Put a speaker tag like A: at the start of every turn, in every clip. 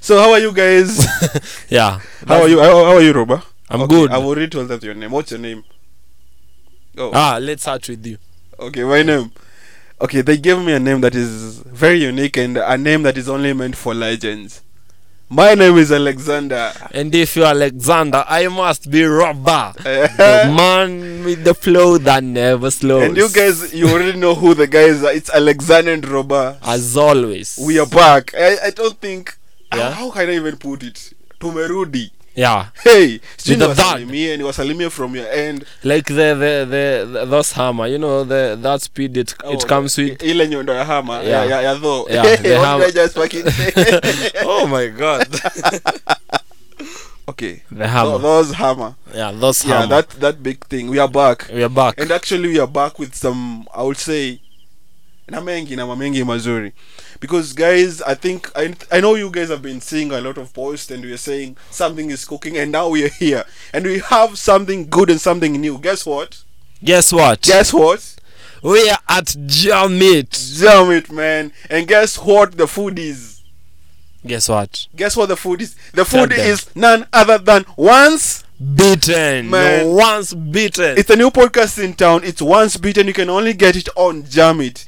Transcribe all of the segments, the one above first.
A: so how are you guys?
B: yeah.
A: how are you? How, how are you, Roba?
B: I'm
A: okay,
B: good.
A: I've already told that your name. What's your name? Oh,
B: Ah, let's start with you.
A: okay, my name. Okay, they gave me a name that is very unique and a name that is only meant for legends. My name is Alexander.
B: And if you're Alexander, I must be Robber.
A: Eh.
B: the man with the flow that never slows.
A: And you guys, you already know who the guys are. It's Alexander and Roba.
B: As always.
A: We are back. I, I don't think.
B: Yeah.
A: How can I even put it? Tumerudi.
B: Yeah.
A: Hey, sijui
B: the third.
A: niwasalimie, niwasalimie from your end.
B: Like the, the, the, the those hammer, you know, the that speed it, it
A: Oh,
B: comes
A: i-
B: with.
A: ile nyondo ya hama
B: Yeah.
A: ya, ya, ya though.
B: Yeah,
A: What
B: the
A: did I
B: hammer.
A: just fucking say?
B: oh my god.
A: okay.
B: The
A: So
B: hammer.
A: those hammer.
B: yeah, those
A: Yeah,
B: hammer.
A: that that big thing. We are back.
B: we are back.
A: And actually we are back with some I would say na mengi na mamengi mazuri. Because guys, I think I I know you guys have been seeing a lot of posts and we are saying something is cooking and now we are here and we have something good and something new. Guess what?
B: Guess what?
A: Guess what?
B: We are at Jam It.
A: Damn it, man. And guess what the food is?
B: Guess what?
A: Guess what the food is? The food
B: Goddamn.
A: is none other than Once.
B: Beaten.
A: Man.
B: Once beaten.
A: It's a new podcast in town. It's Once Beaten. You can only get it on Jam It.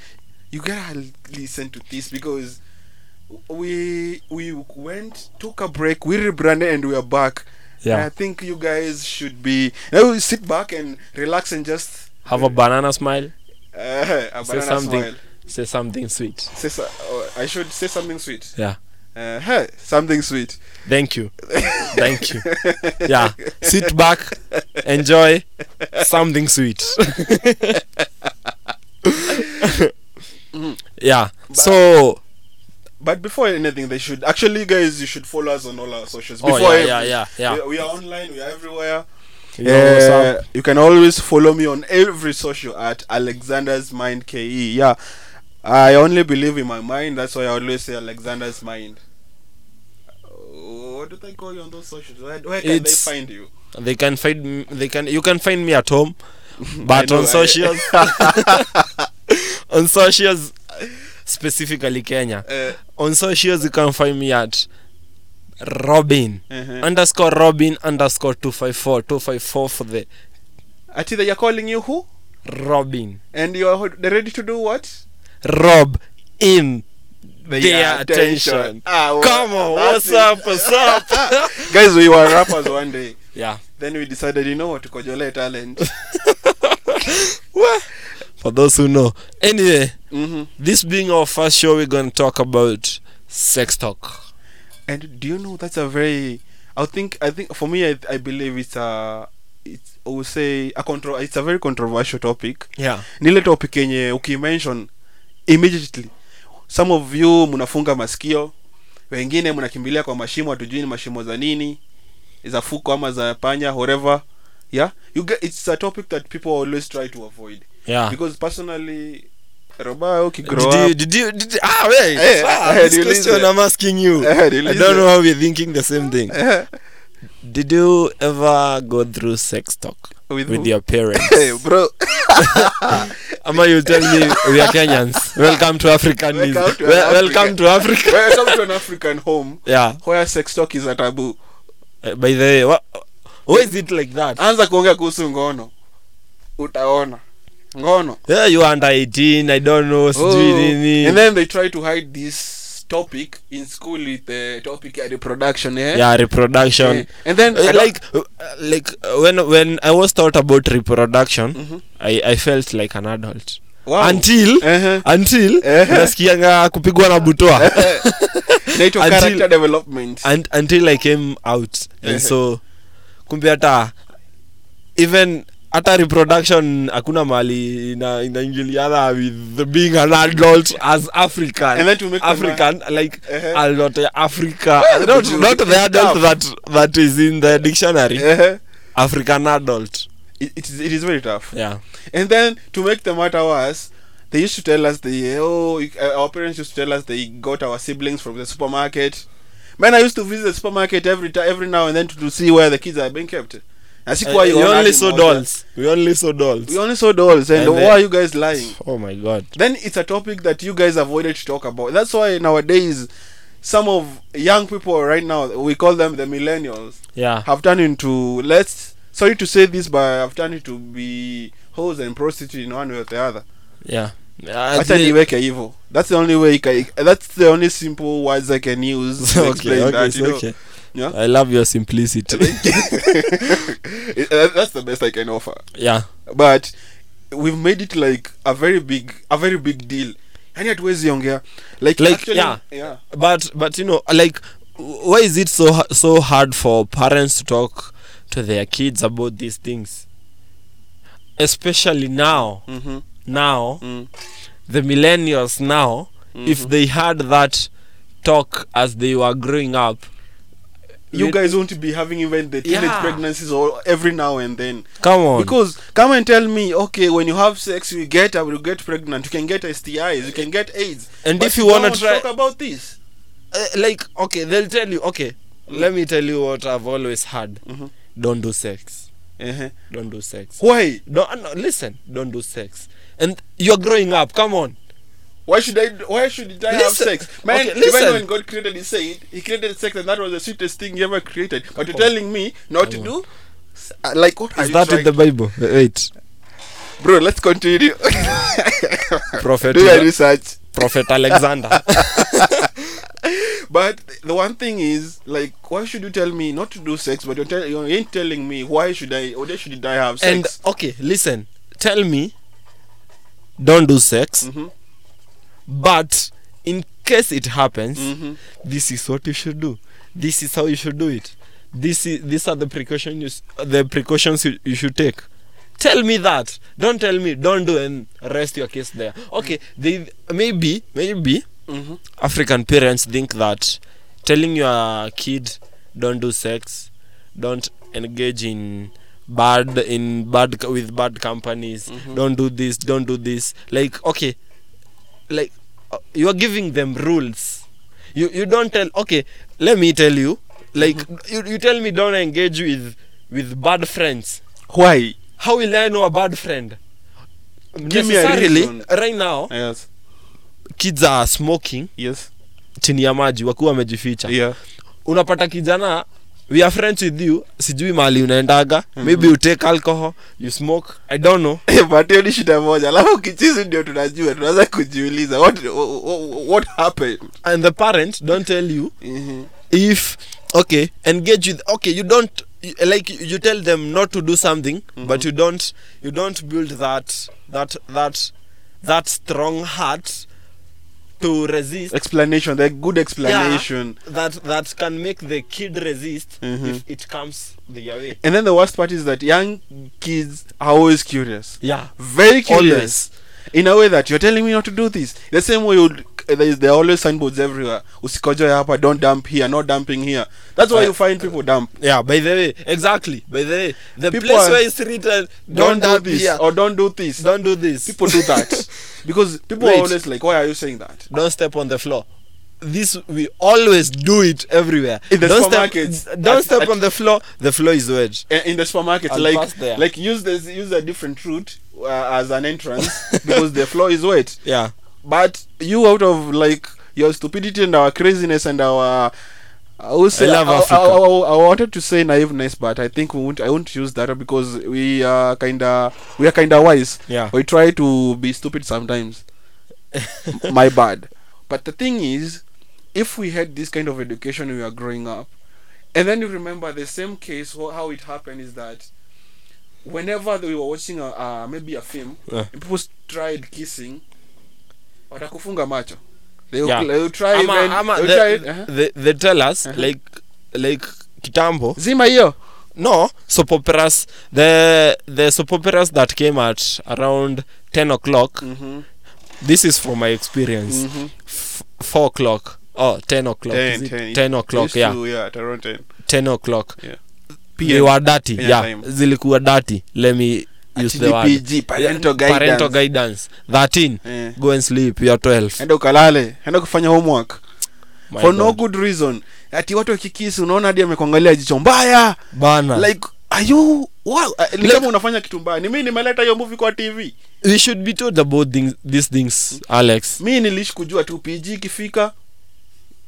A: You gotta l- listen to this because we we went took a break. We rebranded and we are back.
B: Yeah.
A: And I think you guys should be now sit back and relax and just
B: Have a banana smile.
A: uh, a
B: Say
A: banana
B: something.
A: smile.
B: Say something sweet.
A: Say so, oh, I should say something sweet.
B: Yeah.
A: Uh, hey, something sweet.
B: Thank you. Thank you. Yeah. Sit back, enjoy something sweet. yeah. So
A: But before anything, they should actually, you guys, you should follow us on all our socials.
B: Oh,
A: Before
B: yeah, yeah,
A: every-
B: yeah, yeah.
A: We, we are online. We are everywhere.
B: you know what's up?
A: Uh, you can always follow me on every social at Alexander's Mind Ke. Yeah, I only believe in my mind. That's why I always say Alexander's Mind. Oh, What do they call you on those socials? Where, where can
B: It's-
A: they find you?
B: they can find m- they can you can find me at home, but
A: know,
B: on
A: I-
B: socials on socials specifically Kenya.
A: Uh,
B: On socials you can find me at Robin
A: uh-huh.
B: underscore Robin underscore two five four two five four for the
A: Atida, you're calling you who?
B: Robin.
A: And you are they're ready to do what?
B: rob in their attention.
A: Ah, well,
B: Come on,
A: that's
B: what's
A: it. Ah,
B: up? What's up?
A: Guys, we were rappers one day.
B: yeah.
A: Then we decided, you know what, tukojole talent.
B: For those who know. Anyway,
A: mm-hmm.
B: this being our first show, we're going to talk about sex talk.
A: And do you know that's a very? I think I think for me, I, I believe it's a it's I would say a contro it's a very controversial topic.
B: Yeah.
A: Ni ile topic yenye ukimention immediately some of you mnafunga masikio, wengine mnakimbilia kwa mashimo, hatujui ni mashimo za nini, za fuko ama za panya, whatever. Yeah, you get, it's a topic that people always try to avoid
B: Yeah.
A: because personally, Roba, ukigrow up-
B: Ah. Did you, did you, did you, ah, wait.
A: Eh,
B: ah,
A: eh,
B: this
A: niulize.
B: question I'm asking you.
A: Eh,
B: I
A: niulize.
B: don't know how we're thinking the same thing. Did you ever go through sex talk
A: With
B: with,
A: who?
B: your parents?
A: Hey, bro.
B: Ama you tell me we are Kenyans. Welcome to Africanism.
A: Welcome to
B: Wel-
A: Africa.
B: welcome to Africa.
A: Welcome to an African home
B: Yeah.
A: where sex talk is a taboo.
B: Uh, by the way, what, why is it like that?
A: Anza kuongea kuhusu ngono, utaona ngono.
B: Yeah, you are under 18, I don't know, sijui nini.
A: Oh. And then they try to hide this topic in school with the topic at reproduction. Eh?
B: yeah, reproduction.
A: Eh, And then I
B: Uh,
A: don't-
B: like uh, like uh, when when I was taught about reproduction,
A: Mhm.
B: I I felt like an adult.
A: wow.
B: Until
A: Uh-huh.
B: until
A: Eh.
B: nasikianga kupigwa na butoa.
A: Naitwa
B: Until-
A: character development.
B: and until I came out.
A: Eh.
B: And so kumbe hata even hata reproduction hakuna mali ina- inaingiliana with the being an adult as african
A: And then to make the
B: african like
A: Eh.
B: adult ya africa
A: Well,
B: not,
A: but you-
B: not the
A: it's
B: adult
A: tough.
B: that that is in the dictionary
A: Eh,
B: african adult
A: it, it, is, it is very tough.
B: yeah
A: And then to make the matter worse, they used to tell us they oh you- uh, our parents used to tell us they got our siblings from the supermarket. Man, I used to visit the supermarket every time, every now and then to, to see where the kids are being kept. And see why
B: Eh,
A: you
B: we
A: all
B: Uh, only
A: had
B: saw
A: emotions.
B: dolls we only saw dolls
A: We only saw dolls, and,
B: And uh,
A: why
B: they-
A: are you guys lying?
B: oh my god
A: Then it's a topic that you guys avoided to talk about. That's why nowadays some of young people right now we call them the millennials
B: yeah
A: have turned into let's sorry to say this but have turned into be hoes and prostitute in one way or the other
B: yeah
A: acha niweke hivyo that's the only way I can, that's the only simple words i can use to explain
B: okay, okay,
A: that
B: it's
A: you know?
B: okay.
A: Yeah?
B: i love your simplicity
A: That- that's the best i can offer
B: yeah
A: but we've made it like a very big a very big deal yani hatuwezi ongea like,
B: Like,
A: actually,
B: yeah.
A: yeah
B: but but you know like w- why is it so h- so hard for parents to talk to their kids about these things especially now
A: mm-hmm.
B: now
A: mm.
B: the millennials now
A: Mm-hmm.
B: if they had that talk as they were growing up
A: you
B: we-
A: guys won't be having even the teenage
B: Yeah.
A: pregnancies or every now and then
B: come on
A: because come and tell me okay when you have sex you get you get pregnant you can get stis you can get aids
B: And
A: But
B: if you wanna
A: don't
B: try-
A: talk about this
B: uh, like okay they'll tell you okay let me tell you what i've always heard
A: Mhm.
B: don't do sex
A: uh-huh.
B: don't do sex
A: why
B: no, no listen don't do sex and you're growing up come on
A: why should i why should i have
B: Listen.
A: sex man
B: Okay,
A: even
B: listen.
A: when god created he said he created sex and that was the sweetest thing he ever created but you're
B: Come on.
A: telling me not to
B: Come
A: do Uh, like what are
B: is
A: you
B: that
A: trying
B: in the bible wait
A: bro let's continue
B: prophet
A: do your research
B: prophet alexander
A: but the one thing is like why should you tell me not to do sex but you're tell- you ain't telling me why should i or why should i have
B: and
A: sex
B: okay listen tell me don't do sex
A: Mhm.
B: but in case it happens
A: Mhm.
B: this is what you should do this is how you should do it this is these are the precautions you, s- the precautions you, you should take tell me that don't tell me don't do and rest your case there okay they maybe maybe
A: Mhm.
B: african parents think that telling your kid don't do sex don't engage in bad in bad co- with bad companies
A: Mm-hmm.
B: don't do this don't do this like okay like uh, you are giving them rules you you don't tell okay let me tell you like
A: Mm-hmm.
B: you, you tell me don't engage with with bad friends
A: why
B: how will i know a bad friend
A: Give me a reason.
B: right now
A: yes
B: kids are smoking
A: yes
B: chini ya maji wakuwa wamejificha
A: yeah
B: unapata kijana we are friends with you sijui mali unaendaga mm-hmm. maybe you take alcohol you smoke i don't know
A: but hiyo ni shida moja alafu kichizi ndio tunajua tunaanza kujiuliza what, what, what happened
B: and the parent don't tell you
A: mm-hmm.
B: if okay engage with okay you don't you- like you you tell them not to do something mm-hmm. but you don't you don't build that that that that strong heart to resist
A: explanation the good explanation
B: yeah, that that can make the kid resist
A: Mhm.
B: if it comes their way
A: and then the worst part is that young kids are always curious
B: yeah
A: very
B: Always.
A: curious in a way that you're telling me not to do this the same way you'd, there is there are always signboards everywhere usikojoe hapa don't dump here no dumping here that's why
B: Uh,
A: you find people dump
B: Yeah, by the way, exactly. By the way, the
A: People
B: place
A: are-
B: where it's written,
A: don't,
B: don't,
A: do
B: dump
A: this
B: here,
A: or don't do this
B: don't do this.
A: people do that because people
B: Wait.
A: are always like why are you saying that
B: don't step on the floor. This we always do it everywhere.
A: In the
B: don't step,
A: supermarkets.
B: d- don't
A: At-
B: step
A: at-
B: on the floor. The floor is wet.
A: Uh, in the supermarket
B: I'll pass
A: like
B: there.
A: like use this use a different route uh, as an entrance because the floor is wet
B: Yeah,
A: but you out of like your stupidity and our craziness and our I, would say,
B: I love
A: I,
B: Africa.
A: I, I- I wanted to say naiveness, but I think we won't. I won't use that because we are kinda we are kinda wise.
B: Yeah.
A: We try to be stupid sometimes. M- My bad. But the thing is, if we had this kind of education when we are growing up, and then you remember the same case wh- how it happened is that whenever we were watching a, uh, maybe a film,
B: Yeah.
A: and people tried kissing, watakufunga macho. They will,
B: Yeah.
A: they will try
B: Ama-
A: even-
B: ama,
A: they will
B: the-
A: try it, uh-huh.
B: they, they tell us
A: Uh-huh.
B: like like kitambo.
A: zima hiyo
B: No soap operas. The the soap operas that came at around ten o'clock. This is from my experience.
A: Mhm.
B: f- four o'clock or ten o'clock. is it? ten o'clock.
A: Used
B: Yeah,
A: to, yeah, around 10.
B: ten o'clock.
A: Yeah.
B: They were dirty.
A: Kenya
B: Yeah,
A: time.
B: zilikuwa dirty. Let me use the word.
A: TDPG, parental
B: Yeah, Parental
A: guidance.
B: guidance. Thirteen.
A: Eh.
B: Go and sleep. You're twelve.
A: enda ukalale enda kufanya homework
B: My
A: for no
B: God.
A: good reason ati watu wakikisi unaona hadi amekuangalia jicho mbaya
B: Bana.
A: like are you wow, uh, ni
B: Like-
A: kama unafanya kitu mbaya ni mimi nimeleta hiyo movie kwa tv
B: we should be told about things, these things, Alex.
A: mi niliishi kujua tu pg ikifika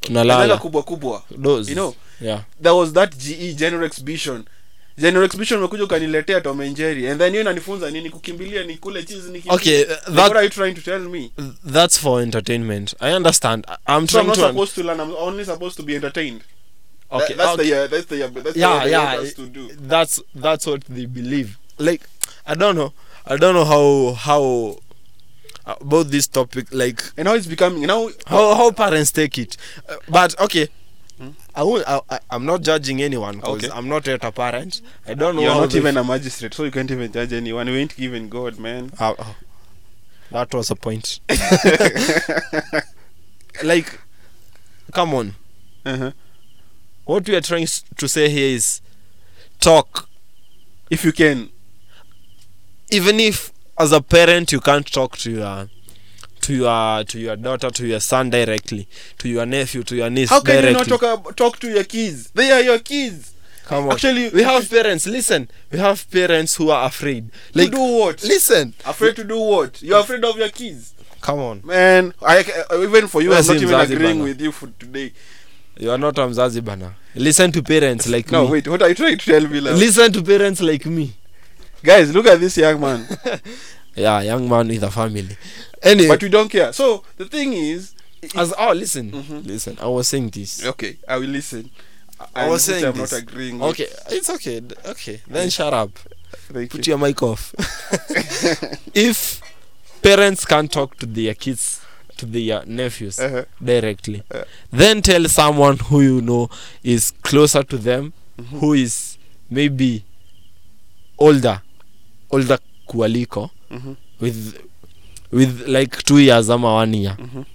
A: Nalala
B: unalala
A: kubwa kubwa
B: Those.
A: you know
B: yeah
A: there was that ge general exhibition general exhibition umekuja ukaniletea tom and jerry and then hiyo inanifunza nini kukimbilia ni kule cheese ni
B: okay
A: what
B: that
A: are you trying to tell me
B: that's for entertainment i understand I- i'm
A: so i'm
B: trying
A: not
B: to un-
A: supposed to learn i'm only supposed to be entertained
B: okay
A: That- that's
B: okay.
A: the uh, that's the uh, that's the
B: yeah
A: what they
B: yeah
A: want us to do
B: that's that's what they believe like i don't know i don't know how how about this topic like
A: and now it's becoming now
B: how how parents take it uh, but okay I won't, I, I, I'm not judging anyone because
A: Hmm? Okay.
B: I'm not yet a parent. I don't know.
A: you're
B: how
A: not
B: they-
A: even a magistrate so you can't even judge anyone you ain't even god man
B: Uh, uh, that was a point. like, come on.
A: uh-huh.
B: What we are trying s- to say here is talk.
A: if you can
B: Even if, as a parent, you can't talk to your to your to your daughter, to your son directly, to your nephew, to your niece
A: how can
B: directly.
A: you not talk ab- talk to your kids they are your kids
B: Come on.
A: Actually,
B: we have parents. Listen, we have parents who are afraid. Like,
A: to do what
B: listen.
A: afraid to do what you're afraid of your kids
B: Come on.
A: man I, ca- even for you
B: Wewe
A: i'm
B: si
A: not even
B: mzazi
A: agreeing
B: bana.
A: with you for today
B: You are not a mzazi bana. Listen to parents like
A: no
B: me.
A: wait what are you trying to tell me like
B: Listen to parents like me.
A: guys look at this young man
B: yeah young man with a family anyway
A: but we don't care so the thing is
B: as oh listen
A: Mhm.
B: listen i was saying this
A: okay i will listen
B: I
A: And
B: was
A: which
B: saying
A: i'm
B: this.
A: not agreeing with.
B: okay it's okay d- okay then shut up
A: Thank
B: put
A: you.
B: your mic off if parents can't talk to their kids to their nephews
A: Uh-huh.
B: directly
A: Uh.
B: then tell someone who you know is closer to them
A: Mm-hmm.
B: who is maybe older older kualiko
A: Mhm.
B: with with like two years ama one year
A: Mhm.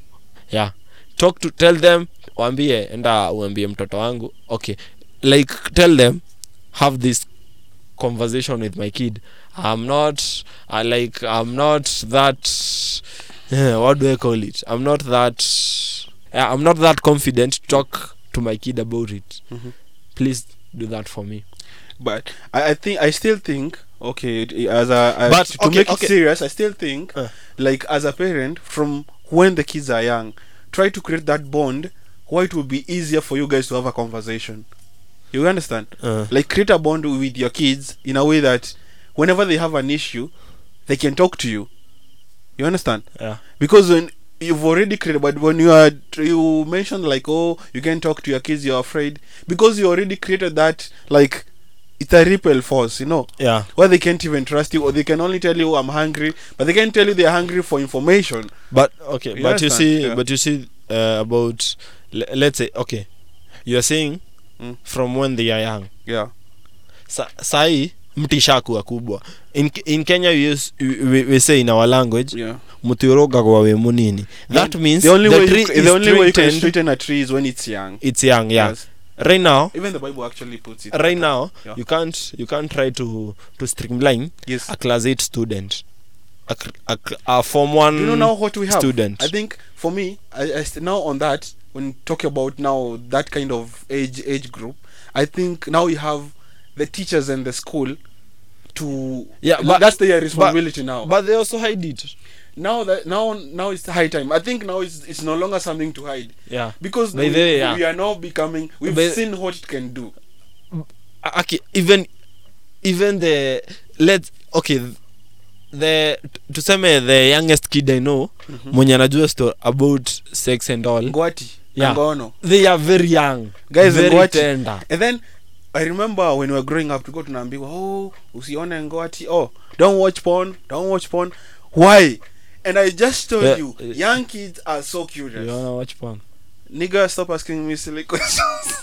B: yeah talk to tell them waambie enda uambie mtoto wangu okay like tell them have this conversation with my kid i'm not I like i'm not that eh, what do i call it i'm not that eh, i'm not that confident to talk to my kid about it
A: Mhm.
B: please do that for me
A: but I, I think I still think okay it- as a I-
B: But,
A: to
B: okay,
A: make
B: okay.
A: it serious I still think
B: Uh.
A: like as a parent from when the kids are young try to create that bond why it will be easier for you guys to have a conversation you understand
B: Uh.
A: like create a bond with your kids in a way that whenever they have an issue they can talk to you you understand
B: yeah
A: because when you've already created but when you are you mentioned like oh you can talk to your kids you're afraid because you already created that like it's a repel force you know
B: yeah
A: where they can't even trust you or they can only tell you i'm hungry but they can't tell you they're hungry for information
B: but okay
A: You
B: but you
A: understand?
B: see
A: Yeah.
B: but you see uh, about le- let's say okay you're saying
A: Mm.
B: from when they are young
A: yeah
B: Sa- sahi mti shakuwa kubwa in, in kenya we, use, we- we, we say in our language
A: yeah
B: muti urogagwa we munini that means
A: the only way
B: tree
A: you, ca-
B: is
A: the only way you can
B: straightened,
A: straighten a tree is when it's young
B: it's young yeah
A: Yes.
B: right now
A: even the bible actually puts it
B: right now
A: Yeah.
B: you can't you can't try to to streamline
A: yes
B: a class 8 student a, cl- a, cl- a form 1
A: Do you know now what we have
B: student
A: i think for me I, I st- now on that when talking about now that kind of age age group i think now you have the teachers and the school to
B: Yeah,
A: l-
B: but-
A: that's their responsibility now
B: but they also hide it
A: now that now now it's high time i think now it's it's no longer something to hide
B: yeah
A: because
B: By
A: we,
B: the way, yeah.
A: we are now becoming we've
B: By-
A: seen what it can do
B: Uh, okay even even the let okay th- the t- tuseme the youngest kid i know mwenye anajua sto about sex and all
A: ngwati
B: Yeah.
A: na ngono
B: they are very young
A: Guys,
B: very
A: ngwati-
B: tender
A: Ah. and then i remember when we were growing up tulikuwa tunaambiwa oh usione ngwati oh don't watch porn don't watch porn why and i just told
B: Yeah,
A: you
B: yeah.
A: young kids are so curious
B: You wanna watch porn?
A: nigga stop asking me silly questions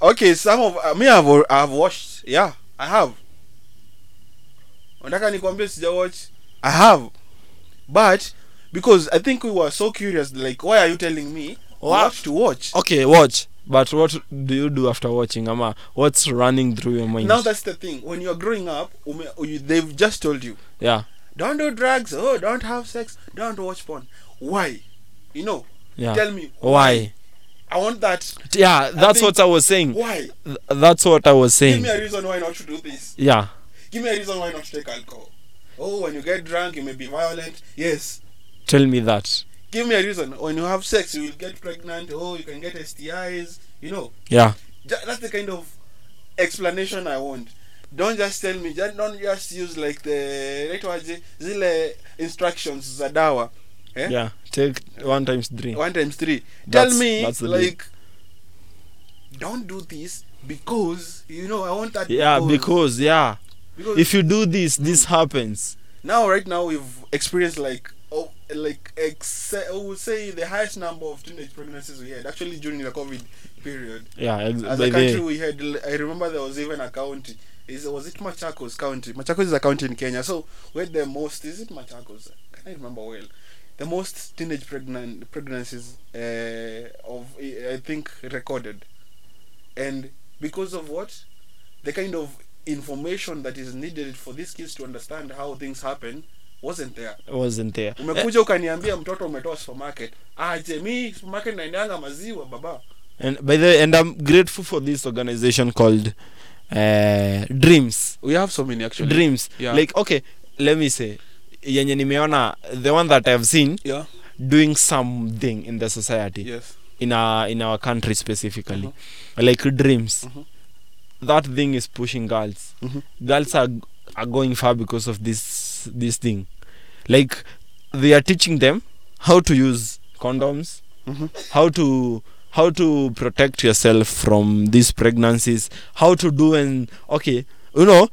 A: okay some of uh, me I've, al- I've watched yeah i have unataka nikwambie sija watch i have but because i think we were so curious like why are you telling me
B: Wha-
A: what to watch
B: okay watch but what do you do after watching ama what's running through your mind
A: now that's the thing when you're growing up ume, you, they've just told you
B: yeah
A: don't do drugs oh don't have sex don't watch porn why you know
B: yeah
A: tell me
B: why
A: i want that
B: yeah that's
A: think-
B: what i was saying
A: why
B: Th- that's what i was
A: Give
B: saying
A: me a reason why not to do this.
B: yeah
A: Give me a reason why not to take alcohol. Oh, when you get drunk, you may be violent. Yes.
B: tell me that
A: give me a reason when you have sex you will get pregnant oh you can get stis you know
B: yeah
A: Ju- that's the kind of explanation i want don't just tell me just don't just use like the naitwaje zile instructions za dawa eh?
B: yeah take one times three
A: one times three
B: That's-
A: tell me
B: that's the deal.
A: like don't do this because you know i want that
B: yeah because yeah
A: because
B: if you do this this happens
A: now right now we've experienced like oh like ex- I would say the highest number of teenage pregnancies we had actually during the COVID period.
B: yeah ex-
A: As
B: by
A: a country,
B: the
A: we had I remember there was even a county. Is was it Machakos County? Machakos is a county in Kenya. So we had the most. Is it Machakos? Can I remember well? The most teenage pregnant pregnancies uh, of I think recorded, and because of what, the kind of information that is needed for these kids to understand how things happen wasn't there.
B: wasn't there Eh,
A: Umekuja ukaniambia mtoto umetoa supermarket. Aje mi supermarket naendanga maziwa baba.
B: Eh, and by the and i'm grateful for this organization called uh, dreams
A: We have so many actually.
B: dreams
A: Yeah.
B: like okay let me say yenye nimeona the one that i've seen
A: Yeah.
B: doing something in the society
A: Yes.
B: in our in our country specifically
A: Mhm.
B: like dreams
A: Mhm.
B: that thing is pushing girls
A: Mhm.
B: girls are are going far because of this this thing like they are teaching them how to use condoms
A: Mhm.
B: how to how to protect yourself from these pregnancies how to do and okay you know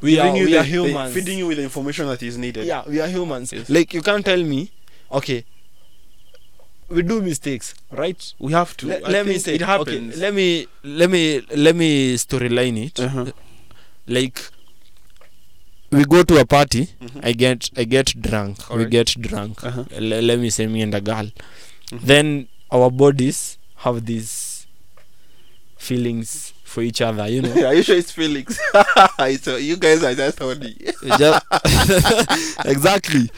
B: we are,
A: Giving you
B: we
A: the-
B: are
A: the-
B: humans
A: feeding you with the information that is needed.
B: yeah we are humans
A: Yes.
B: like you can't tell me okay we do mistakes right
A: We have to.
B: Le-
A: I
B: let me
A: think
B: say
A: it happens.
B: Okay, let me let me let me storyline it.
A: Uh-huh.
B: Like we go to a party.
A: Mhm.
B: I get I get drunk. we
A: Alright.
B: get drunk.
A: Uh-huh.
B: Le- let me say me and a girl.
A: Mhm.
B: Then our bodies have these feelings for each other. You know,
A: Are you sure it's Felix? it's, uh, you guys are just horny.
B: We just exactly.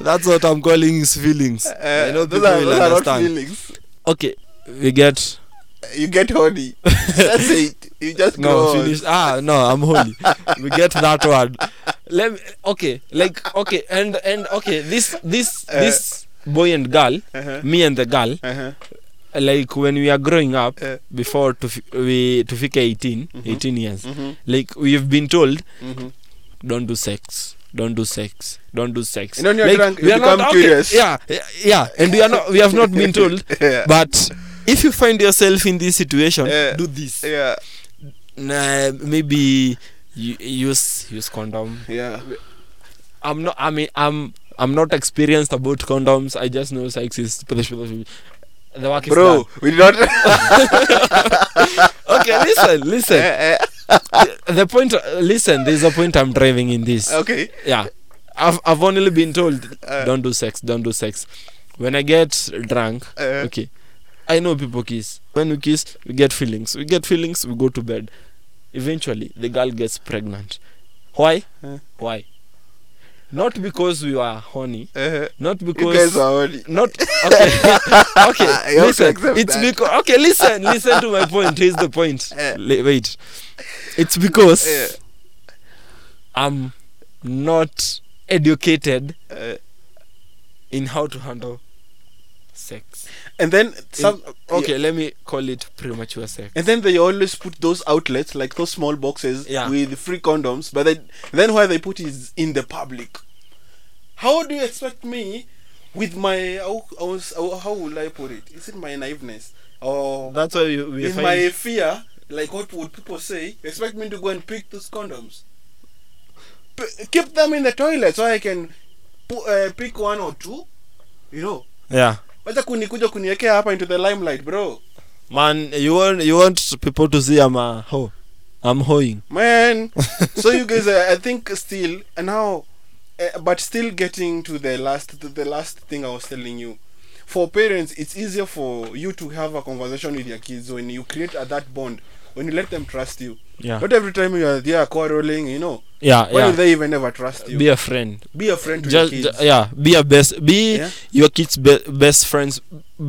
B: That's what I'm calling is
A: Uh,
B: feelings. I know
A: those
B: people
A: are,
B: will
A: those are not
B: understand.
A: Felix.
B: Okay, we get
A: You get horny. That's it. You just
B: no
A: go. on.
B: finish ah no i'm holy we get that word let me, okay like okay and and okay this this
A: Uh,
B: this boy and girl
A: Uh-huh.
B: me and the girl
A: Uh-huh.
B: like when we are growing up
A: Uh,
B: before to we to fika 18
A: Mhm.
B: 18 years
A: mm-hmm.
B: like we've been told
A: Mm-hmm.
B: don't do sex don't do sex don't do sex
A: And when you're
B: like,
A: drunk, you
B: we are
A: become
B: not,
A: curious.
B: okay, yeah yeah, yeah and we are not we have not been told
A: yeah.
B: but if you find yourself in this situation
A: Uh,
B: do this
A: yeah.
B: nah, maybe you use use condom
A: Yeah.
B: i'm not i mean i'm i'm not experienced about condoms i just know sex is the work is
A: Bro, we did not.
B: done. okay listen listen
A: Eh, eh,
B: the point listen there's a point i'm driving in this
A: okay.
B: yeah i've, I've only been told
A: Uh.
B: don't do sex don't do sex when i get drunk
A: Uh,
B: okay i know people kiss when we kiss we get feelings we get feelings we go to bed eventually the girl gets pregnant why
A: Huh?
B: why not because we are horny
A: uh,
B: not
A: you guys
B: because
A: are horny.
B: not okay
A: You
B: okay
A: have to
B: listen
A: accept
B: it's
A: that.
B: because okay listen listen to my point here's the point
A: Eh.
B: Le- wait it's because
A: Eh.
B: i'm not educated
A: Uh,
B: in how to handle sex
A: and then some.
B: okay let me call it premature sex
A: And then they always put those outlets, like those small boxes
B: Yeah.
A: with free condoms, but they, then where they put is in the public. How do you expect me, with my how, how, how will I put it? Is it my naiveness or
B: That's why you, we
A: in
B: find
A: my fear, like what would people say? Expect me to go and pick those condoms? P- keep them in the toilet so I can pu- uh, pick one or two, you know.
B: yeah,
A: Wacha kunikuja kuniwekea hapa into the limelight, bro.
B: man. You want you want people to see I'm a ho, I'm hoeing.
A: man so you guys uh, i think still uh, now uh, but still getting to the last to the last thing i was telling you for parents it's easier for you to have a conversation with your kids when you create uh, that bond when you let them trust you
B: Yeah,
A: not every time you are there quarreling you know
B: yeah,
A: why
B: yeah.
A: do they even ever trust you
B: Be a friend.
A: be a friend to
B: Just
A: your kids
B: ju- yeah, be a best, be
A: Yeah.
B: your kids' be- best friends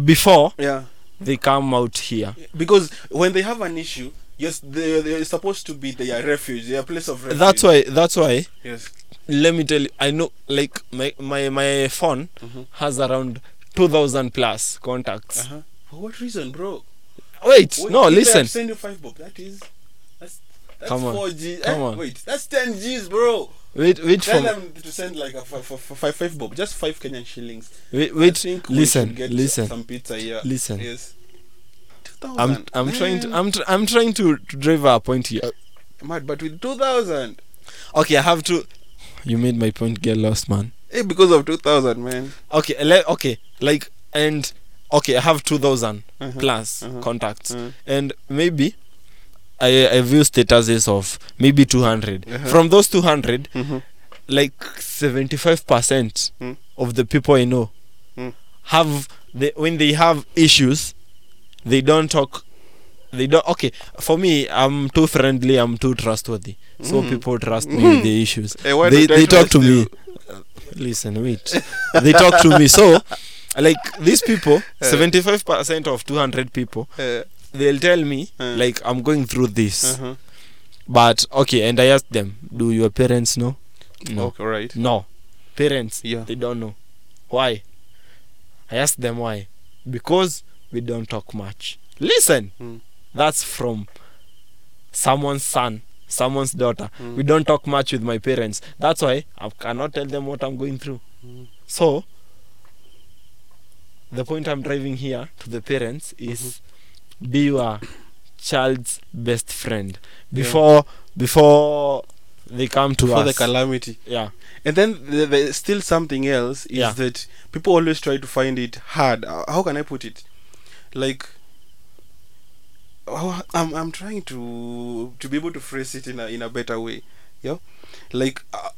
B: before
A: yeah
B: they come out here.
A: because when they have an issue yes they, they're supposed to be their refuge their place of refuge
B: that's why that's why
A: yes
B: let me tell you i know like my my, my phone
A: Mhm.
B: has around 2000 plus contacts
A: uh-huh. for what reason bro
B: wait,
A: Uh-huh. Wait,
B: no
A: if I
B: listen
A: send you five bob that is that's that's
B: Come on.
A: 4g
B: Come
A: eh?
B: on.
A: wait that's 10 g's bro
B: wait wait
A: tell
B: for
A: them to send like a five, five, five, five bob just five kenyan shillings
B: wait,
A: I
B: wait
A: think we
B: listen
A: should get
B: listen
A: some pizza here
B: listen.
A: yes
B: i'm
A: 2000,
B: i'm trying to
A: man.
B: i'm tr- i'm trying to, to drive a point here
A: mad but with 2000
B: Uh, okay i have to you made my point get lost man
A: eh, because of 2000 man
B: okay le- okay like and okay i have 2000
A: Uh-huh,
B: plus
A: uh-huh,
B: contacts
A: uh-huh.
B: and maybe i i view statuses of maybe 200
A: Uh-huh.
B: from those 200
A: Mhm.
B: like 75%
A: Mm.
B: of the people i know
A: Mm.
B: have they, when they have issues they don't talk they don't okay for me i'm too friendly i'm too trustworthy so
A: Mm.
B: people trust me with the issues
A: Eh, why
B: they,
A: don't I
B: they talk
A: trust
B: to me
A: you?
B: listen wait they talk to me so like these people 75% of 200 people
A: Eh,
B: they'll tell me
A: Eh.
B: like i'm going through this
A: uh-huh.
B: but okay and i asked them do your parents know no
A: okay right
B: no parents
A: Yeah.
B: they don't know why i asked them why because we don't talk much listen
A: Mm.
B: that's from someone's son someone's daughter
A: Mm.
B: we don't talk much with my parents that's why i cannot tell them what i'm going through
A: Mm.
B: so the point i'm driving here to the parents is be your child's best friend
A: Yeah.
B: before before they come to
A: for the
B: us
A: calamity
B: yeah
A: And then there's the, still something else is
B: Yeah.
A: that people always try to find it hard. Uh, How can I put it? Like, how- I'm I'm trying to to be able to phrase it in a in a better way. Yeah, like. Uh,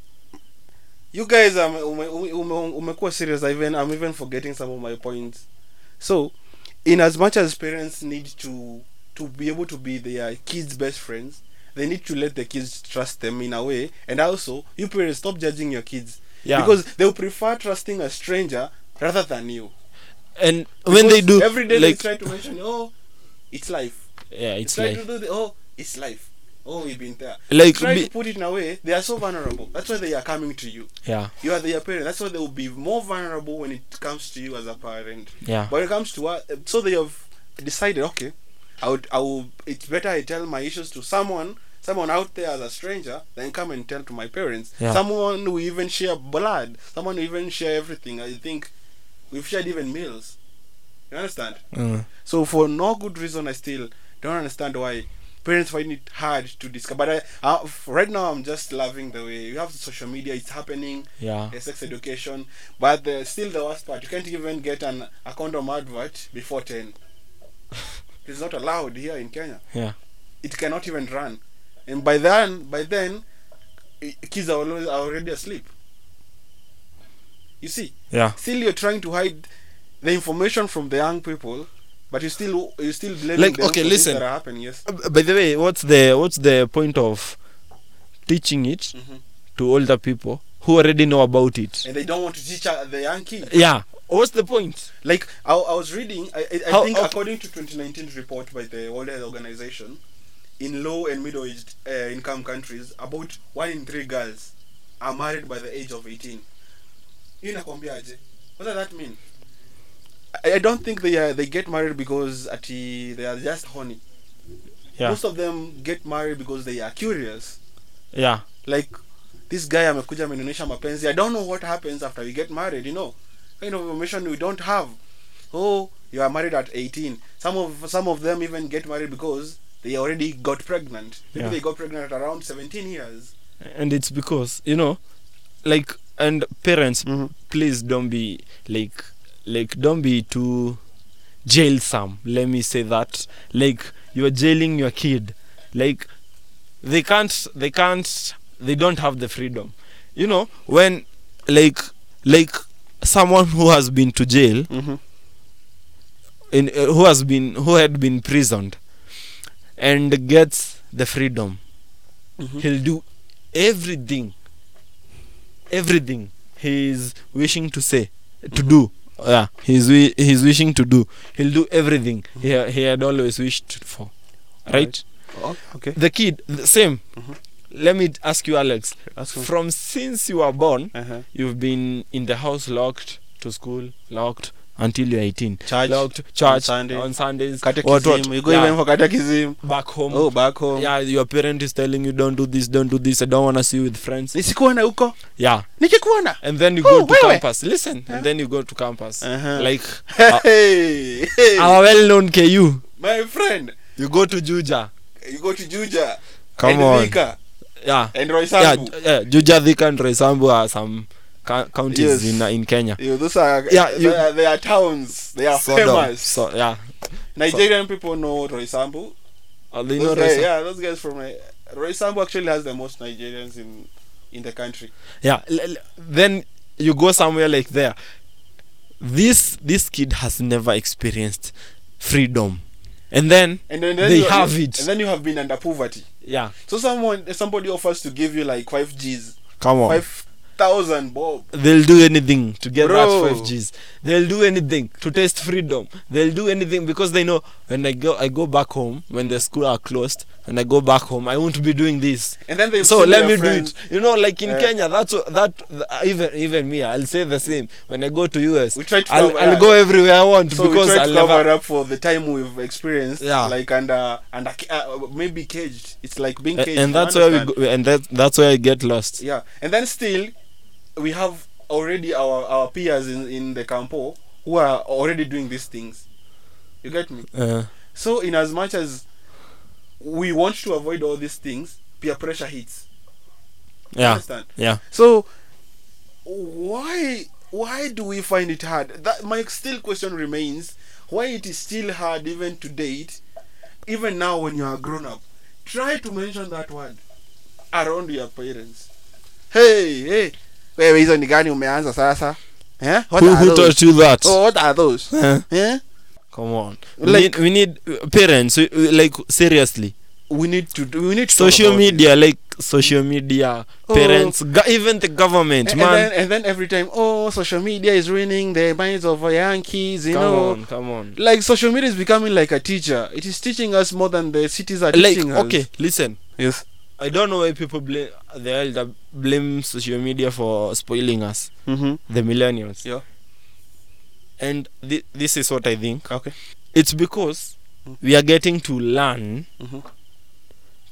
A: you guys are ume, ume, ume, umekuwa serious I even I'm even forgetting some of my points. So, in as much as parents need to to be able to be their kids' best friends, they need to let the kids trust them in a way. And also, you parents stop judging your kids
B: yeah
A: because they will prefer trusting a stranger rather than you.
B: and when
A: Because
B: they do
A: every day
B: like
A: they try to mention, oh, it's life.
B: yeah
A: It's
B: it's
A: try
B: like
A: to do the oh, it's life. Oh, we've been there.
B: Like,
A: try
B: be-
A: to put it in a way they are so vulnerable. That's why they are coming to you.
B: yeah
A: You are their parent. That's why they will be more vulnerable when it comes to you as a parent.
B: yeah
A: But when it comes to us, so they have decided, okay, I would, I would, it's better I tell my issues to someone, someone out there as a stranger, than come and tell to my parents.
B: Yeah.
A: Someone who even share blood, someone who even share everything. I think we've shared even meals. You understand?
B: Mm.
A: So for no good reason, I still don't understand why parents find it hard to discover. But I, I, right now, I'm just loving the way you have social media. It's happening
B: yeah
A: a sex education but the, still the worst part you can't even get an a condom advert before 10 it's not allowed here in kenya
B: Yeah.
A: it cannot even run and by then by then i- kids are, always, are already asleep you see
B: yeah
A: still you're trying to hide the information from the young people but you still you still blaming
B: Like,
A: them
B: okay,
A: for things
B: listen.
A: that are happening yes
B: Uh, by the way what's the what's the point of teaching it
A: Mhm.
B: to older people who already know about it
A: and they don't want to teach uh, the young kids
B: yeah what's the point
A: Like I, I was reading, I, I, I
B: How-
A: think
B: how-
A: according to 2019 report by the World Health Organization, in low and middle-aged uh, income countries, about one in three girls are married by the age of 18. Hii inakwambiaje? What does that mean? I, I don't think they uh, they get married because ati they are just horny.
B: Yeah.
A: Most of them get married because they are curious.
B: yeah
A: Like this guy amekuja amenionyesha mapenzi. I don't know what happens after we get married, you know. Kind of information we don't have. oh you are married at 18 some of some of them even get married because they already got pregnant maybe
B: Yeah.
A: they got pregnant at around 17 years
B: and it's because you know like and parents please don't be like like don't be too jail some let me say that like you're jailing your kid like they can't they can't they don't have the freedom you know when like like someone who has been to jail in uh, who has been who had been prisoned and gets the freedom he'll do everything everything he's wishing to say to do yeah he's wi- he's wishing to do he'll do everything he, he had always wished for right,
A: Right. Oh, okay.
B: the kid the same let me ask you alex
A: Ask me.
B: from since you were born
A: Uh-huh.
B: you've been in the house locked to school locked until you're 18
A: Church,
B: locked church on,
A: Sunday.
B: sundays what, what,
A: Catechism. You go
B: yeah,
A: even for catechism.
B: back home
A: Oh, back home.
B: yeah your parent is telling you don't do this don't do this i don't want to see you with friends
A: Nisikuona huko.
B: yeah
A: Nikikuona.
B: and then you
A: Oh,
B: go to
A: wewe.
B: campus listen and then you go to campus
A: Uh-huh.
B: like uh,
A: Hey, hey.
B: our well-known ku
A: My friend,
B: you go to juja
A: you go to Juja.
B: Come
A: and
B: on.
A: Thika
B: yeah
A: and Roysambu.
B: yeah, yeah juja thika and Roysambu are some ca-
A: Yes.
B: counties in, in kenya
A: You know, those are
B: Yeah, you-
A: they, are, they are towns. They are
B: Sort of.
A: famous.
B: so yeah
A: Nigerian people know Roysambu.
B: Uh, they know
A: Those guys,
B: Roysa-
A: yeah, those guys from uh, Roysambu actually has the most Nigerians in in the country.
B: yeah l- l- then you go somewhere like there this this kid has never experienced freedom and then
A: And then, then
B: They
A: you,
B: have
A: you-
B: it.
A: And then you have been under poverty.
B: yeah
A: So someone somebody offers to give you like five G's,
B: come on
A: five thousand bob.
B: they'll do anything to get
A: Bro.
B: that 5 Gs. They'll do anything to taste freedom. They'll do anything because they know when I go I go back home when the school are closed and I go back home I won't be doing this.
A: And then they
B: So
A: send
B: let
A: their
B: me
A: friends.
B: do it. You know, like in
A: Yeah.
B: Kenya, that's what- that th- even even me. I'll say the same when I go to US.
A: We try to
B: I'll,
A: cover-
B: I'll
A: yeah.
B: go everywhere I want
A: So
B: because
A: we try
B: I'll
A: to cover
B: never.
A: up for the time we've experienced,
B: Yeah.
A: like under under ca- uh, maybe caged. It's like being
B: And,
A: caged.
B: and
A: you
B: that's where we
A: understand?
B: go, and that that's where I get lost.
A: Yeah, and then still, we have already our our peers in in the campo who are already doing these things. You get me?
B: Uh,
A: So in as much as we want to avoid all these things, peer pressure hits. You
B: yeah,
A: Understand?
B: yeah.
A: So why why do we find it hard? That my still question remains why it is still hard even to date, even now when you are grown up. Try to mention that word around your parents. Hey, hey. Wewe hizo ni gani umeanza sasa? Eh? What
B: Who,
A: are
B: who
A: those?
B: taught you that?
A: Oh, what are those?
B: Huh?
A: Eh?
B: Come on.
A: Like-
B: we need, we need uh, parents. We, we- like seriously,
A: We need to do, we need to talk
B: social
A: about it.
B: media, like social media,
A: Oh.
B: parents, go- even the government,
A: And, and,
B: man.
A: then, and then every time, oh, social media is ruining the minds of young kids, you
B: come
A: know.
B: on, come on.
A: like social media is becoming like a teacher it is teaching us more than the cities are
B: Like,
A: teaching us
B: okay, listen.
A: yes
B: I don't know why people blame the elder blame social media for spoiling us,
A: mm-hmm.
B: the millennials.
A: Yeah.
B: And thi- this is what I think.
A: okay
B: It's because
A: Mm.
B: we are getting to learn
A: Mhm.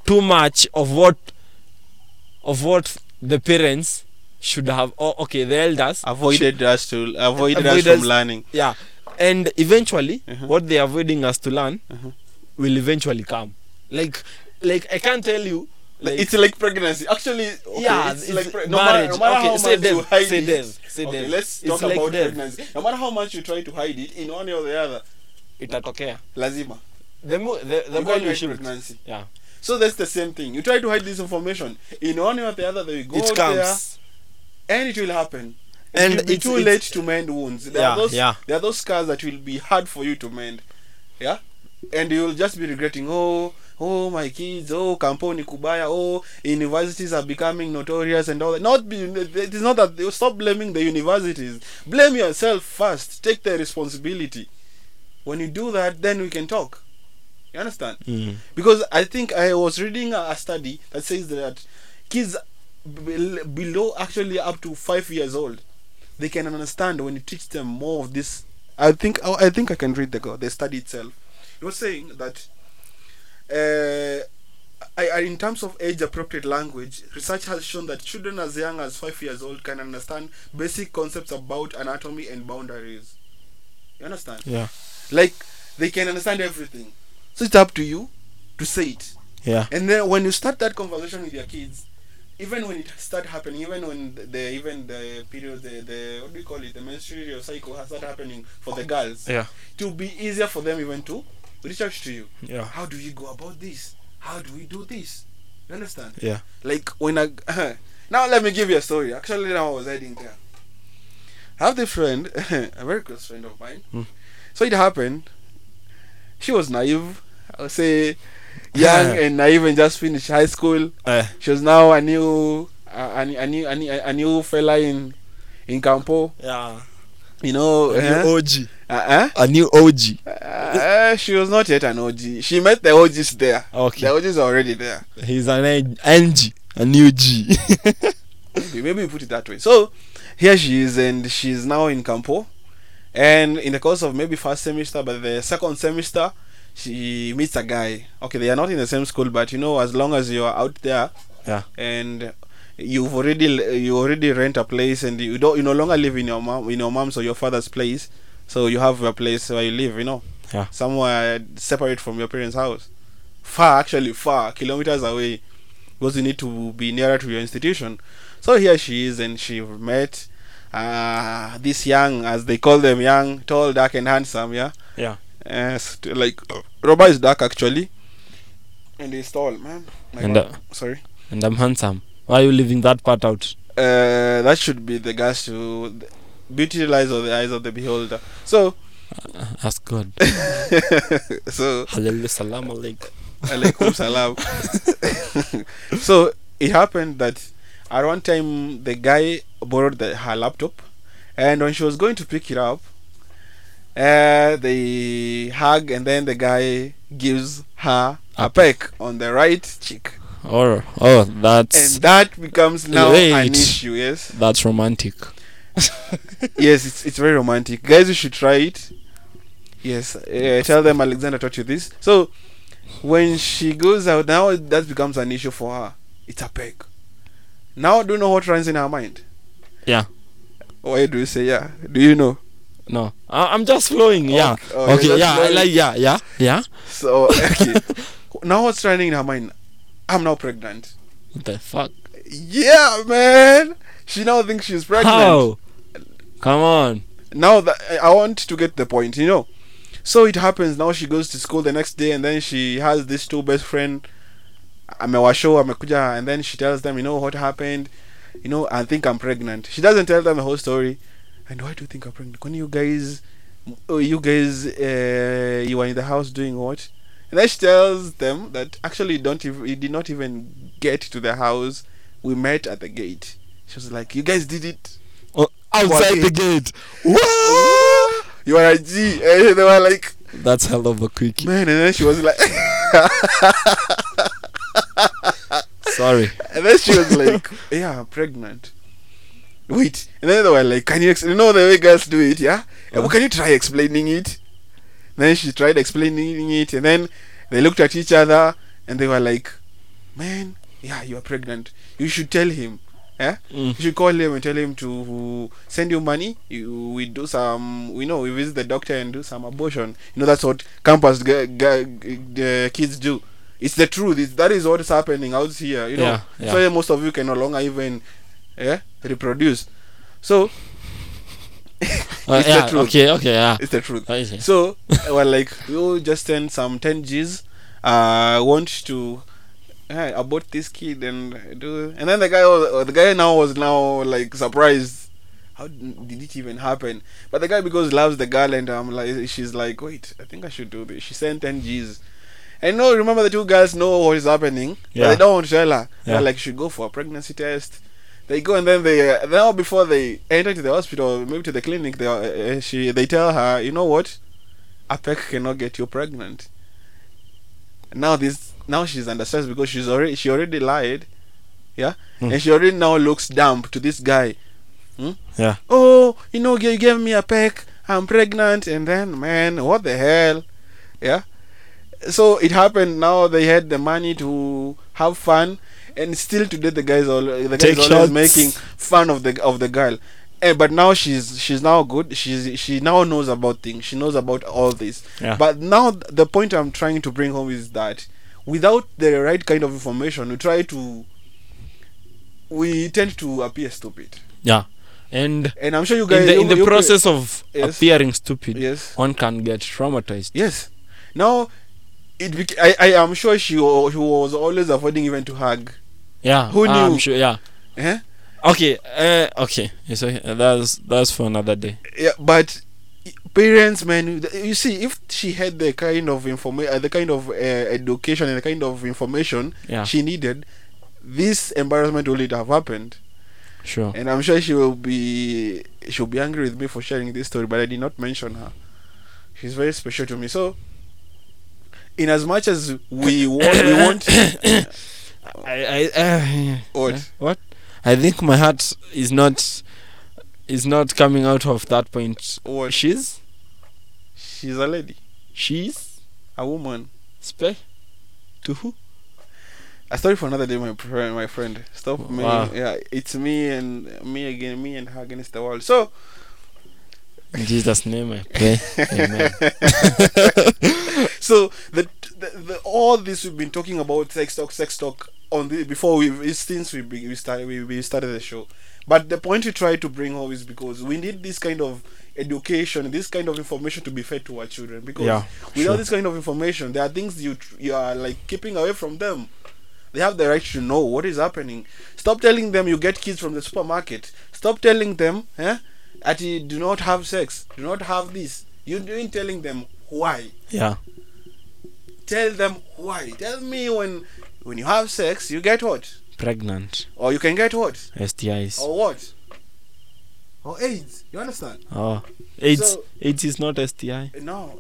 B: too much of what of what the parents should have. Oh, okay, the elders should-
A: avoided us to avoided,
B: Avoid
A: us
B: us.
A: from learning
B: yeah, and eventually,
A: Uh-huh.
B: what they are avoiding us to learn
A: Uh-huh.
B: will eventually come. Like, like I can't tell you. Like,
A: it's like pregnancy actually okay,
B: yeah,
A: it's, like pre- no matter,
B: marriage.
A: no matter
B: okay,
A: how much
B: say
A: you
B: them,
A: hide
B: say
A: it
B: them, say
A: okay,
B: them.
A: let's
B: It's
A: talk
B: like
A: about
B: them.
A: pregnancy no matter how much you try to hide it in one or the other
B: Itatokea.
A: lazima
B: The mo- the the
A: You
B: more
A: can't
B: you
A: hide
B: shoot.
A: pregnancy
B: Yeah.
A: so that's the same thing you try to hide this information in one or the other they go
B: it
A: out there
B: comes.
A: and it will happen. And it
B: And
A: will be
B: it's-
A: too
B: it's-
A: late to mend wounds. There
B: Yeah,
A: are those,
B: yeah.
A: There are those scars that will be hard for you to mend. Yeah, and you'll just be regretting. Oh, oh, my kids. Oh, kamponi kubaya. Oh, universities are becoming notorious and all that. Not be. It is not that. Stop blaming the universities. Blame yourself first. Take the responsibility. When you do that, then we can talk. You understand?
B: Mm.
A: because I think I was reading a a study that says that kids bel- below actually up to five years old they can understand when you teach them more of this. I think I I think I can read the go- the study itself. It was saying that uh, I, I, in terms of age appropriate language, research has shown that children as young as five years old can understand basic concepts about anatomy and boundaries. You understand?
B: Yeah.
A: like they can understand everything so it's up to you to say it
B: Yeah.
A: and then when you start that conversation with your kids even when it start happening even when the- the even the period the, the what do you call it the menstrual cycle has start happening for the girls
B: Yeah.
A: it will be easier for them even to reach out to you
B: Yeah.
A: how do we go about this how do we do this you understand
B: Yeah.
A: like when I now let me give you a story. Actually, now I was heading there. I have this friend, a very close friend of mine.
B: Hmm.
A: So it happened. She was naive. I would say young and naive and just finished high school.
B: Eh.
A: She was now a new, a, a, a new, a, new- a new fella in in Campo.
B: Yeah.
A: You know,
B: Uh-huh. A new OG.
A: uh, uh,
B: A new OG.
A: Uh, she was not yet an OG. She met the OGs there.
B: Okay.
A: The OGs are already there.
B: He's an N- NG, a new G.
A: Maybe, maybe we put it that way. So here she is, and she's now in Campo. And in the course of maybe first semester, but the second semester, she meets a guy. Okay, they are not in the same school, but you know, as long as you are out there
B: yeah.
A: and you've already you already rent a place and you don't you no longer live in your mom in your mom's or your father's place, so you have a place where you live. You know.
B: Yeah.
A: somewhere separate from your parents' house. Far, actually, far, kilometers away, because you need to be nearer to your institution. So here she is, and she met uh, this young, as they call them, young, tall, dark, and handsome. Yeah,
B: Yeah.
A: uh, st- like Robert is dark actually, and he's tall, man. My
B: And,
A: God.
B: uh,
A: sorry,
B: And I'm handsome. Why are you leaving that part out?
A: uh, that should be the guys to beauty lies on the eyes of the beholder. So,
B: Ask God.
A: so
B: Hallelujah. Salam alaikum.
A: alaikum salam so it happened that at one time the guy borrowed the, her laptop and when she was going to pick it up uh, they hug and then the guy gives her a
B: A
A: peck on the right cheek
B: Or oh, that's
A: and that becomes now an
B: Wait.
A: issue yes
B: that's romantic.
A: yes it's, it's very romantic guys you should try it yes uh, tell them alexander taught you this so when she goes out now that becomes an issue for her it's a peg now do you know what runs in her mind
B: Yeah.
A: why do you say yeah do you know
B: No, I, I'm just flowing. yeah.
A: Okay, oh, you're
B: okay.
A: just
B: Yeah. I
A: flowing.
B: like. Yeah. Yeah. Yeah.
A: so okay now what's running in her mind i'm now pregnant
B: What the fuck?
A: yeah man she now thinks she's pregnant
B: How? Come on.
A: now that I- I want to get the point, you know. So it happens now she goes to school the next day and then she has this two best friend amewashow amekuja and then she tells them, you know what happened, you know, I think I'm pregnant. She doesn't tell them the whole story. And why do you think I'm pregnant? When you guys oh, you guys uh, you were in the house doing what? And then she tells them that actually don't ev- you did not even get to the house. We met at the gate. She was like, You guys did it
B: Oh, outside the gate. Whoa!
A: you are a G. And they were like,
B: That's hell of a quickie.
A: man. And then she was like,
B: Sorry.
A: and then she was like, yeah, I'm pregnant. Wait. And then they were like, can you, ex- you know the way girls do it, yeah? Eh,
B: Uh.
A: Can you try explaining it? Then she tried explaining it, and then they looked at each other and they were like, man, yeah, you are pregnant. You should tell him. Yeah?
B: Mm.
A: You should call him and tell him to send you money. You, we do some, we know, we visit the doctor and do some abortion. You know, that's what campus g- g- uh, kids do. It's the truth. It's, that is what is happening out here. You know,
B: Yeah, yeah.
A: so most of you can no longer even eh, reproduce. So
B: Uh,
A: It's the
B: yeah.
A: truth.
B: Okay. Okay. Yeah.
A: it's the truth.
B: Right here.
A: So we're like, you just send some 10 G's. Uh, want to eh, abort this kid and do. And then the guy, was, uh, the guy now was now like surprised. How did it even happen? But the guy because loves the girl and um, like she's like, wait, I think I should do this. She sent 10 G's. And no, remember the two girls know what is happening, but
B: Yeah.
A: they don't want to tell her.
B: Yeah.
A: They're like, you should go for a pregnancy test. They go and then they uh, now before they enter to the hospital, maybe to the clinic, they uh, uh, she they tell her, you know what, APEC cannot get you pregnant. Now this now she's under stress because she's already she already lied, yeah,
B: Hmm.
A: and she already now looks dumb to this guy. Hmm?
B: Yeah.
A: Oh, you know you gave me a peck. I'm pregnant, and then man, what the hell, yeah. So it happened. Now they had the money to have fun, and still today the guys all the guys
B: Take
A: always
B: shots.
A: making fun of the of the girl. Eh, but now she's she's now good. She's she now knows about things. She knows about all this.
B: Yeah.
A: But now th- the point I'm trying to bring home is that without the right kind of information, we try to we tend to appear stupid.
B: Yeah. And
A: And I'm sure you guys
B: in the,
A: you-
B: in the
A: you-
B: process of
A: Yes.
B: appearing stupid,
A: Yes.
B: one can get traumatized.
A: Yes. Now, it. Bec- I. I am sure she. wa- She was always avoiding even to hug.
B: Yeah.
A: Who knew?
B: I'm sure. Yeah.
A: Eh?
B: Okay. Uh, okay. It's okay. Uh, That's that's for another day.
A: Yeah. But parents, man, you see, if she had the kind of information, the kind of uh, education, and the kind of information
B: Yeah.
A: she needed, this embarrassment would have happened.
B: Sure.
A: And I'm sure she will be. She'll be angry with me for sharing this story, but I did not mention her. She's very special to me. So in as much as we want, we want
B: I, I, uh,
A: What?
B: What? I think my heart is not is not coming out of that point.
A: What?
B: She's
A: she's a lady,
B: she's
A: a woman.
B: spe.
A: To who? A story for another day, my friend. My friend, stop me.
B: Wow.
A: Yeah, it's me and me again, me and her against the world. So,
B: In Jesus' name I pray. Amen.
A: so the, the, the all this we've been talking about sex talk, sex talk on the before we since we be- we started we, we started the show, but the point we try to bring home is because we need this kind of education, this kind of information to be fed to our children because
B: Yeah,
A: without
B: sure.
A: this kind of information, there are things you tr- you are like keeping away from them. They have the right to know what is happening. Stop telling them you get kids from the supermarket. Stop telling them, eh, that you do not have sex, do not have this. You doing telling them why
B: Yeah.
A: tell them why. Tell me when when you have sex, you get what,
B: Pregnant.
A: or you can get what,
B: STIs. Oh.
A: or what, or AIDS. You understand?
B: AIDS
A: So-
B: AIDS Ah. is not STI.
A: No.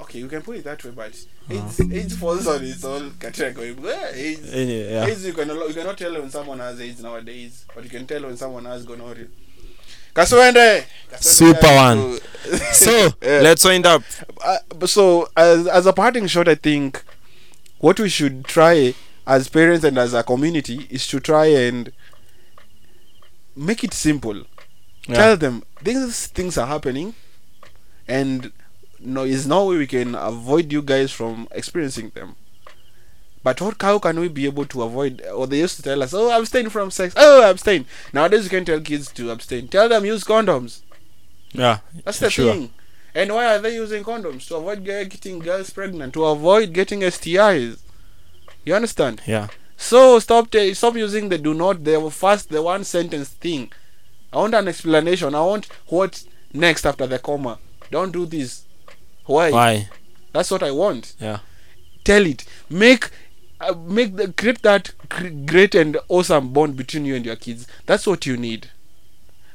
A: Okay, you can put it that way, but AIDS, AIDS falls on its own category. Eh, Yeah, AIDS,
B: Anyway, Eh, yeah.
A: AIDS you, can, you cannot tell when someone has AIDS nowadays, but you can tell when someone has gonorrhea. Kaswende! Kaswende
B: Super
A: guys,
B: one.
A: so-
B: So
A: Yeah.
B: let's wind up.
A: uh, but so as as a parting shot, I think what we should try as parents and as a community is to try and make it simple.
B: Yeah.
A: Tell them these things are happening, and no, is no way we can avoid you guys from experiencing them. But what, how can we be able to avoid? Or they used to tell us, "Oh, abstain from sex." Oh, abstain. Nowadays, you can tell kids to abstain. Tell them use condoms.
B: Yeah.
A: That's the
B: sure.
A: thing. And why are they using condoms? To avoid ge- getting girls pregnant, to avoid getting STIs. You understand?
B: Yeah.
A: So stop ta- stop using the do not the first the one sentence thing. I want an explanation. I want what next after the comma. Don't do this. Why?
B: Why?
A: That's what I want.
B: Yeah.
A: Tell it. Make uh, make the, create that gr- great and awesome bond between you and your kids. That's what you need.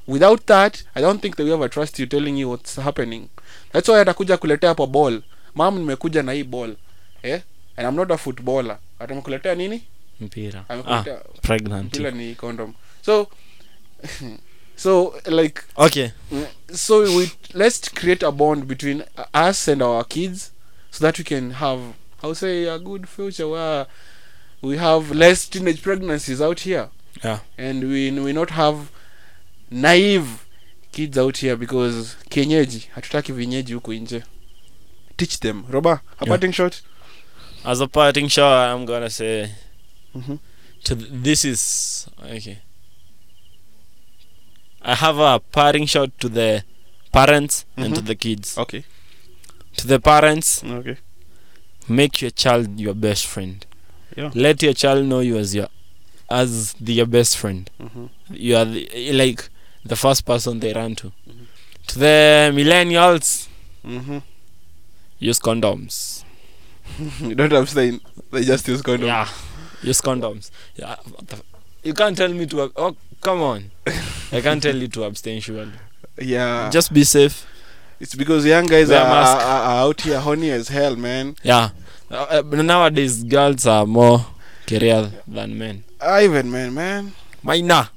A: Without that, I don't think they will ever trust you telling you what's happening. That's why atakuja kuletea hapo ball. Mom nimekuja na hii ball. Eh? And I'm not a footballer. Atamkuletea nini?
B: Mpira. Ah,
A: Amekuletea
B: pregnant.
A: mpira ni condom. So so like
B: Okay.
A: so we let's create a bond between us and our kids so that we can have i would say a good future where we have less teenage pregnancies out here
B: Yeah.
A: and we we not have naive kids out here because kienyeji hatutaki vinyeji huku nje teach them roba a
B: Yeah.
A: parting shot
B: As a parting shot, I'm gonna say
A: Mhm.
B: to th- this is okay. I have a parting shot to the parents and to
A: Mhm.
B: the kids.
A: okay
B: To the parents,
A: okay
B: make your child your best friend.
A: Yeah.
B: Let your child know you as your as the, your best friend.
A: Mhm.
B: You are the, like the first person they run to. To the millennials,
A: Mhm.
B: use condoms.
A: you don't abstain they just use condom
B: Yeah, use condoms. Yeah, what the f- you can't tell me to. ab- Oh, come on. I can't tell you to abstain. Surely,
A: yeah
B: just be safe.
A: it's because young guys
B: Wear
A: are,
B: a mask.
A: are, are out here horny as hell man
B: Yeah. Uh, uh, nowadays, girls are more career than men.
A: ivan man man
B: Maina.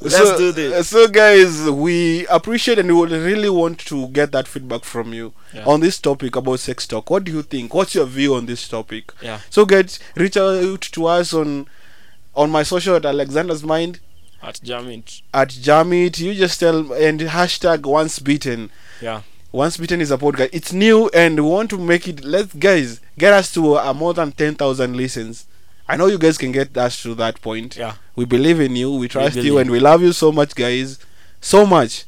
B: Let's
A: so,
B: do this.
A: So, guys, we appreciate and we would really want to get that feedback from you
B: Yeah.
A: on this topic about sex talk. What do you think? What's your view on this topic?
B: Yeah.
A: So, get reach out to us on on my social at Alexander's Mind
B: At Jamit.
A: at Jamit. You just tell and hashtag once beaten.
B: Yeah.
A: Once Beaten is a podcast. It's new and we want to make it. Let's, guys, get us to uh, more than 10,000 listens. I know you guys can get us to that point.
B: Yeah.
A: We believe in you. We trust you
B: believe.
A: and we love you so much, guys. So much.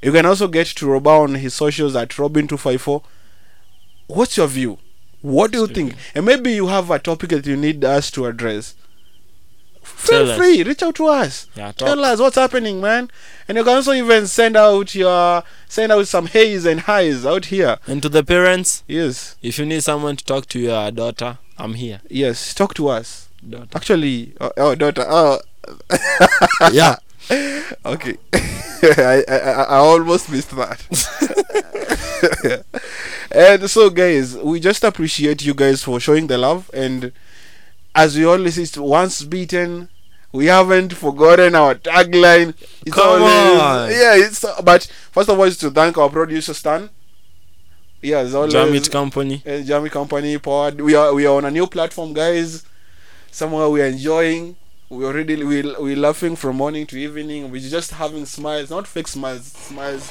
A: You can also get to Roba on his socials at Robin254. What's your view? What do you think? And maybe you have a topic that you need us to address. Feel
B: Tell us.
A: free, reach out to us.
B: Yeah.
A: Tell
B: Talk.
A: us what's happening, man. And you can also even send out your send out some haze and highs out here.
B: And to the parents,
A: Yes,
B: if you need someone to talk to your daughter, I'm here.
A: yes. Talk to us.
B: Daughter.
A: Actually, oh, oh daughter. Oh,
B: yeah.
A: okay. I, I I I almost missed that. And so, guys, we just appreciate you guys for showing the love. And as we always say, it's once beaten, we haven't forgotten our tagline. It's
B: Come
A: always,
B: on.
A: yeah. It's but first of all, it's to thank our producer Stan. Yeah, as always,
B: Jamit Company.
A: uh, Jammy Company powered. We are we are on a new platform, guys. Somewhere we are enjoying. We already we we laughing from morning to evening. We're just having smiles, not fake smiles, smiles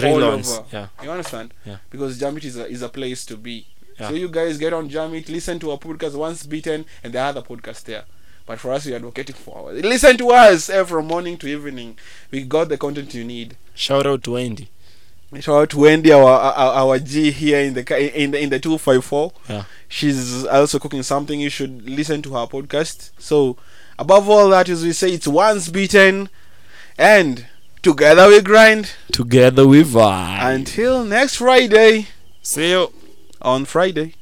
B: Real
A: all
B: ones.
A: over.
B: Yeah.
A: You understand?
B: Yeah.
A: Because Jamit is a is a place to be.
B: Yeah.
A: So you guys get on Jamit, listen to our podcast once beaten, and there are other podcasts there. But for us, we are advocating for ours. Listen to us eh, from morning to evening. We got the content you need.
B: Shout out to Wendy.
A: Shout out to Wendy, our, our our G here in the ca- in the in the two five four.
B: Yeah.
A: She's also cooking something. You should listen to her podcast. So, above all that, as we say, it's once beaten, and together we grind.
B: Together we vibe.
A: Until next Friday,
B: See you.
A: on Friday.